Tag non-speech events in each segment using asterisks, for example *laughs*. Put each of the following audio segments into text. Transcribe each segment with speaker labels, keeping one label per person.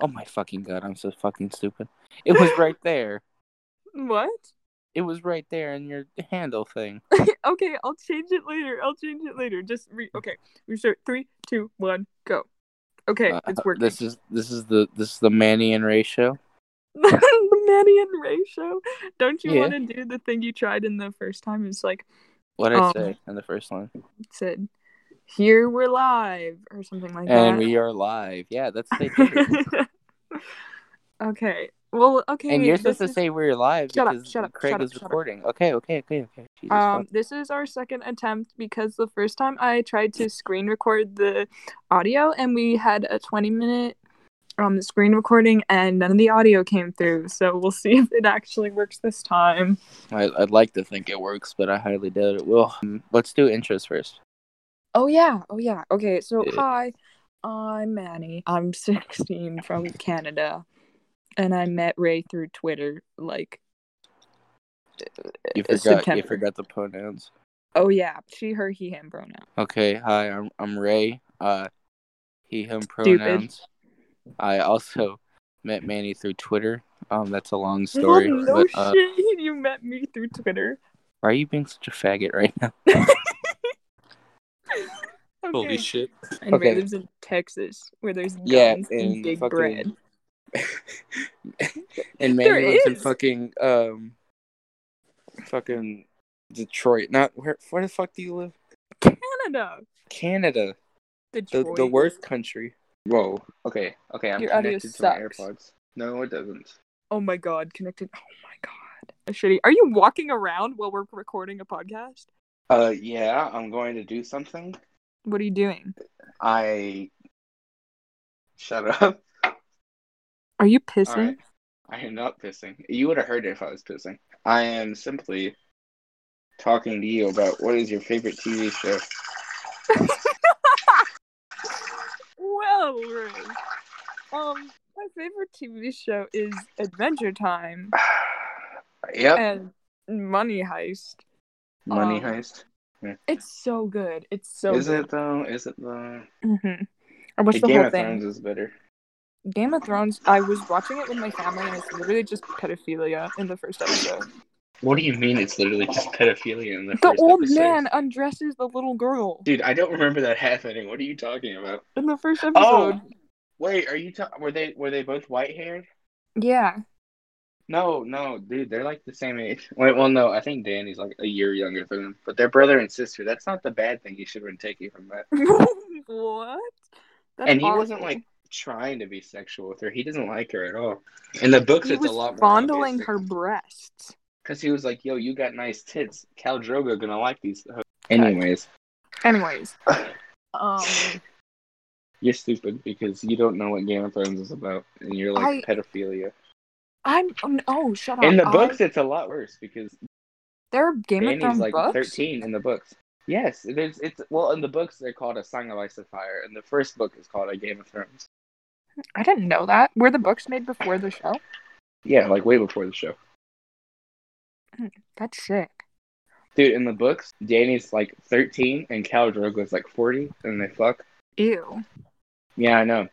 Speaker 1: Oh my fucking god, I'm so fucking stupid. It was
Speaker 2: *laughs*
Speaker 1: right there.
Speaker 2: What?
Speaker 1: It was right there in your handle thing.
Speaker 2: Okay, I'll change it later. I'll change it later. Just re. Okay, we start three, two, one, go. Okay,
Speaker 1: Uh,
Speaker 2: *laughs* it's working.
Speaker 1: This is this is the this is the Manny and Ray show.
Speaker 2: *laughs* the Manny and Ray show. Don't you
Speaker 1: Yeah.
Speaker 2: want to do the thing you tried in the first time? It's like
Speaker 1: What I
Speaker 2: Um,
Speaker 1: say in the first line,
Speaker 2: it said, "Here we're live" or something like
Speaker 1: and
Speaker 2: that.
Speaker 1: we are live. Yeah,
Speaker 2: *laughs*
Speaker 1: that's they did it.
Speaker 2: okay. Well, okay.
Speaker 1: And you're supposed to
Speaker 2: this is-
Speaker 1: say we're live
Speaker 2: Shut up,
Speaker 1: because
Speaker 2: shut up,
Speaker 1: Craig
Speaker 2: shut up,
Speaker 1: is
Speaker 2: shut up.
Speaker 1: recording. Okay, okay, okay, okay. Jesus
Speaker 2: Um,
Speaker 1: fuck.
Speaker 2: this is our second attempt because the first time I tried to screen record the audio and we had a 20 minute um, screen recording and none of the audio came through. So we'll see *laughs* if it actually works this time.
Speaker 1: I, I'd like to think it works, but I highly doubt it will. Um, Let's do intros first.
Speaker 2: Oh, yeah. Oh, yeah. Okay. So,
Speaker 1: Yeah.
Speaker 2: hi, I'm Manny. I'm *laughs* 16 from Canada and I met Ray through Twitter. Like,
Speaker 1: You
Speaker 2: Uh,
Speaker 1: forgot. You
Speaker 2: September.
Speaker 1: forgot the pronouns.
Speaker 2: oh, yeah. She, her, he, him pronoun.
Speaker 1: Okay. Hi, I'm I'm Ray. Uh, he him
Speaker 2: Stupid.
Speaker 1: pronouns. I also met Manny through Twitter. Um, that's a long story.
Speaker 2: no
Speaker 1: but, uh,
Speaker 2: shit. You met me through Twitter.
Speaker 1: why are you being such a faggot right now?
Speaker 2: Okay.
Speaker 1: shit!
Speaker 2: And
Speaker 1: Okay.
Speaker 2: Ray lives in Texas, where there's guns
Speaker 1: Yeah,
Speaker 2: and
Speaker 1: and
Speaker 2: big
Speaker 1: fucking-
Speaker 2: bread.
Speaker 1: *laughs* And Manny
Speaker 2: There
Speaker 1: lives in
Speaker 2: is.
Speaker 1: fucking um, fucking Detroit. Not where? Where the fuck do you live?
Speaker 2: Canada,
Speaker 1: Canada, the
Speaker 2: Detroit.
Speaker 1: the worst country. Whoa. Okay. Okay. I'm
Speaker 2: Your audio
Speaker 1: connected to my
Speaker 2: sucks.
Speaker 1: AirPods. No, it doesn't.
Speaker 2: Oh my god, connected. Oh my god, That's shitty. Are you walking around while we're recording a podcast?
Speaker 1: Uh, yeah, I'm going to do something.
Speaker 2: What are you doing?
Speaker 1: I shut up. *laughs*
Speaker 2: Are you
Speaker 1: All
Speaker 2: pissing?
Speaker 1: right. I am not pissing. You would have heard if I was pissing. I am simply talking to you about what is your favorite TV show. *sighs*
Speaker 2: *laughs* Well, Ray. Um, my favorite TV show is Adventure Time
Speaker 1: yep.
Speaker 2: and Money Heist.
Speaker 1: Money
Speaker 2: um,
Speaker 1: Heist.
Speaker 2: It's so good. It's so
Speaker 1: is
Speaker 2: good.
Speaker 1: it though? Is it though?
Speaker 2: Mm-hmm. I watched
Speaker 1: Hey,
Speaker 2: the
Speaker 1: Game
Speaker 2: whole
Speaker 1: of
Speaker 2: thing.
Speaker 1: Thrones is better.
Speaker 2: Game of Thrones, I was watching it with my family and it's literally just pedophilia in the first episode.
Speaker 1: What do you mean it's literally just pedophilia in the,
Speaker 2: The
Speaker 1: first
Speaker 2: old
Speaker 1: episode?
Speaker 2: man undresses the little girl
Speaker 1: Dude, I don't remember that happening. What are you talking about?
Speaker 2: in the first
Speaker 1: Oh,
Speaker 2: episode.
Speaker 1: wait, are you ta- were they were they both white haired?
Speaker 2: Yeah. *laughs*
Speaker 1: No, no, dude, they're like the same age. *laughs* Wait, well, no, I think Danny's like a year younger than him, but they're brother and sister. That's not the bad thing you should have been taking from that.
Speaker 2: what? That's
Speaker 1: and he wasn't
Speaker 2: awful.
Speaker 1: like trying to be sexual with her. He doesn't like her at all. In the books,
Speaker 2: he
Speaker 1: it's
Speaker 2: was
Speaker 1: a lot more
Speaker 2: fondling her breasts.
Speaker 1: because he was like, "Yo, you got nice tits. Cal Drogo gonna like these." hoes." Anyways, *laughs*
Speaker 2: Anyways, um,
Speaker 1: you're stupid because you don't know what Game of Thrones is about, and you're like pedophilia.
Speaker 2: I'm oh, no, shut up.
Speaker 1: In the
Speaker 2: I-
Speaker 1: books, it's a lot worse because
Speaker 2: there are Game of
Speaker 1: Danny's
Speaker 2: Thrones
Speaker 1: like
Speaker 2: books.
Speaker 1: thirteen in the books. Yes, there's it's well in the books they're called a Song of Ice and Fire, and the first book is called a Game of Thrones.
Speaker 2: I didn't know that. Were the books made before the show?
Speaker 1: Yeah, like way before the show,
Speaker 2: That's sick.
Speaker 1: dude. In the books, Danny's like thirteen, and Khal Drogo's like forty, and they fuck.
Speaker 2: Ew.
Speaker 1: Yeah, I know.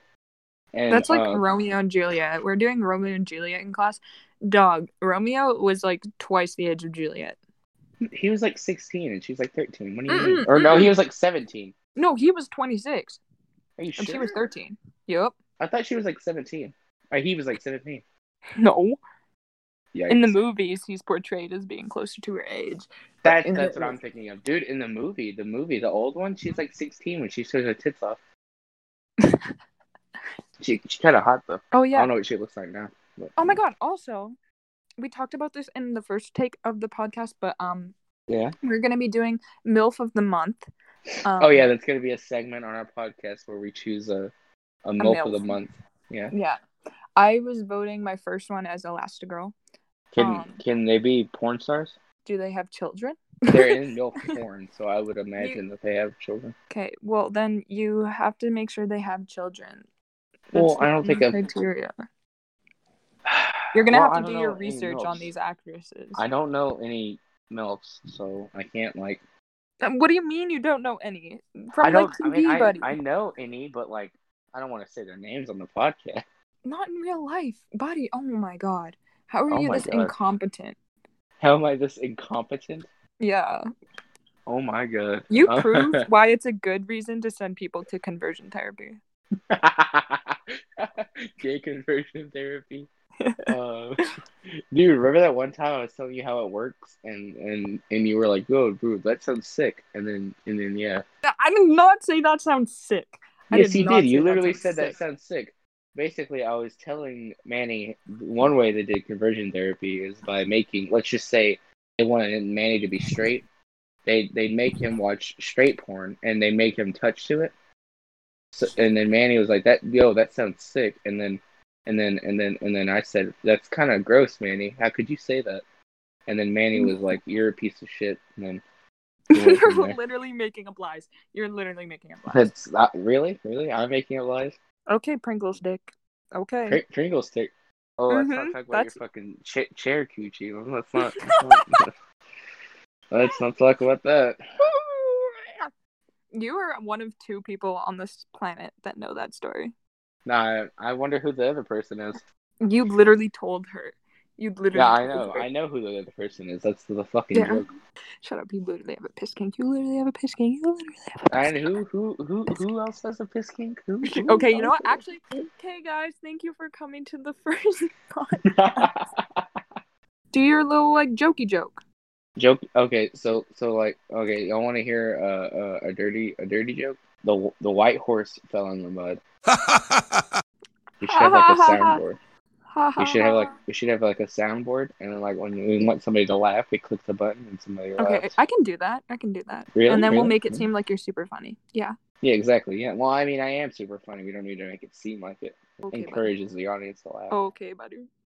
Speaker 1: And
Speaker 2: That's like
Speaker 1: uh,
Speaker 2: Romeo and Juliet. We're doing Romeo and Juliet in class. Dog, Romeo was like twice the age of Juliet.
Speaker 1: he was like sixteen, and she's like thirteen. What do you mean?
Speaker 2: Mm-mm,
Speaker 1: Or no,
Speaker 2: mm-mm.
Speaker 1: he was like seventeen.
Speaker 2: No, he was 26
Speaker 1: Are you
Speaker 2: and
Speaker 1: sure?
Speaker 2: she was 13. Yep.
Speaker 1: I thought she was like seventeen. Or he was like seventeen.
Speaker 2: No.
Speaker 1: Yeah,
Speaker 2: In the movies, he's portrayed as being closer to her age.
Speaker 1: That,
Speaker 2: in
Speaker 1: that's
Speaker 2: the-
Speaker 1: what I'm thinking of, dude. In the movie, the movie, the old one, she's like 16 when she shows her tits off. *laughs* she she kind of hot though.
Speaker 2: Oh,
Speaker 1: I
Speaker 2: yeah.
Speaker 1: don't know what she looks like now. but-
Speaker 2: Oh, my God. Also, we talked about this in the first take of the podcast, but um,
Speaker 1: Yeah.
Speaker 2: we're going to be doing MILF of the month. Um,
Speaker 1: Oh yeah, that's gonna be a segment on our podcast where we choose a a milf of the
Speaker 2: milf.
Speaker 1: month. Yeah.
Speaker 2: Um, Yeah. I was voting my first one as Elastigirl.
Speaker 1: Can
Speaker 2: Um.
Speaker 1: can they be porn *laughs* stars?
Speaker 2: Do they have children?
Speaker 1: They're in milf porn, so I would imagine that they have children.
Speaker 2: Okay, well then you have to make sure they have children.
Speaker 1: Well,
Speaker 2: the
Speaker 1: I don't think
Speaker 2: only
Speaker 1: I've- *sighs*
Speaker 2: criteria. You're gonna
Speaker 1: Well, I
Speaker 2: have
Speaker 1: don't
Speaker 2: to do
Speaker 1: know
Speaker 2: your
Speaker 1: any
Speaker 2: research on
Speaker 1: milfs.
Speaker 2: these actresses.
Speaker 1: I don't know any milfs, so I can't like.
Speaker 2: Um, What do you mean you don't know any from
Speaker 1: I don't.
Speaker 2: like TV
Speaker 1: I mean, I,
Speaker 2: buddy?
Speaker 1: I know any, but like, I don't want to say their names on the podcast. *laughs*
Speaker 2: Not in real life. Buddy, oh my god. How are
Speaker 1: Oh
Speaker 2: you
Speaker 1: my
Speaker 2: this
Speaker 1: God.
Speaker 2: incompetent?
Speaker 1: How am I this incompetent?
Speaker 2: Yeah.
Speaker 1: Oh my god. *laughs*
Speaker 2: You
Speaker 1: Uh,
Speaker 2: prove why it's a good reason to send people to conversion therapy.
Speaker 1: Gay conversion therapy. *laughs* Uh, dude, remember that one time I was telling you how it works, and and and you were like, "Yo, dude, that sounds sick," and then and then yeah,
Speaker 2: I did not say that sounds sick. I
Speaker 1: yes,
Speaker 2: did
Speaker 1: you
Speaker 2: not
Speaker 1: did.
Speaker 2: say
Speaker 1: You
Speaker 2: that
Speaker 1: literally
Speaker 2: sounds
Speaker 1: said that
Speaker 2: sick.
Speaker 1: sounds sick. Basically, I was telling Manny one way they did conversion therapy is by making, let's just say, they wanted Manny to be straight. They they make him watch straight porn and they make him touch to it. So, and then Manny was like, "That yo, that sounds sick." And then, and then, and then, and then I said, "That's kind of gross, Manny. How could you say that?" And then Manny was like, "You're a piece of shit." And then we went from
Speaker 2: *laughs* You're
Speaker 1: there.
Speaker 2: literally making up lies. You're literally making up lies.
Speaker 1: that's not, really, really. I'm making up lies.
Speaker 2: Okay, Pringles dick. Okay. *laughs*
Speaker 1: Pr- Pringle stick. Oh, let's
Speaker 2: Mhm,
Speaker 1: not talk about
Speaker 2: that's-
Speaker 1: your fucking ch- Cherokee chief. Let's not. Let's
Speaker 2: *laughs*
Speaker 1: not, *laughs* let's not talk about that.
Speaker 2: You are one of two people on this planet that know that story.
Speaker 1: Nah, I, I wonder who the other person is.
Speaker 2: You literally told her. You literally.
Speaker 1: Yeah, I
Speaker 2: told
Speaker 1: know.
Speaker 2: her.
Speaker 1: I know who the other person is. That's the fucking
Speaker 2: Yeah.
Speaker 1: joke.
Speaker 2: Shut up! You literally have a piss kink. You literally have a piss kink. You literally have a piss
Speaker 1: And
Speaker 2: kink.
Speaker 1: who who who who else has a piss kink? Who, who
Speaker 2: *laughs* Okay, you know what?
Speaker 1: else?
Speaker 2: Actually, okay, guys, thank you for coming to the *laughs* first pod. Do your little like jokey joke.
Speaker 1: *laughs* joke. Okay, so so like okay, y'all want to hear uh, uh, a dirty a dirty joke? The the white horse fell in the mud. You should have like a soundboard.
Speaker 2: Ha ha.
Speaker 1: We should have
Speaker 2: ha.
Speaker 1: like we should have like a soundboard, and then like when we want somebody to laugh, we click the button and somebody
Speaker 2: Okay,
Speaker 1: laughs.
Speaker 2: I can do that. I can do that.
Speaker 1: uh, Really?
Speaker 2: And then we'll
Speaker 1: Really? Mm-hmm.
Speaker 2: make it
Speaker 1: Really?
Speaker 2: seem like you're super funny. Yeah.
Speaker 1: Yeah, exactly. Yeah. Well, I mean, I am super funny. We don't need to make it seem like it.
Speaker 2: Okay. buddy.
Speaker 1: Encourages the audience to laugh.
Speaker 2: Okay, buddy.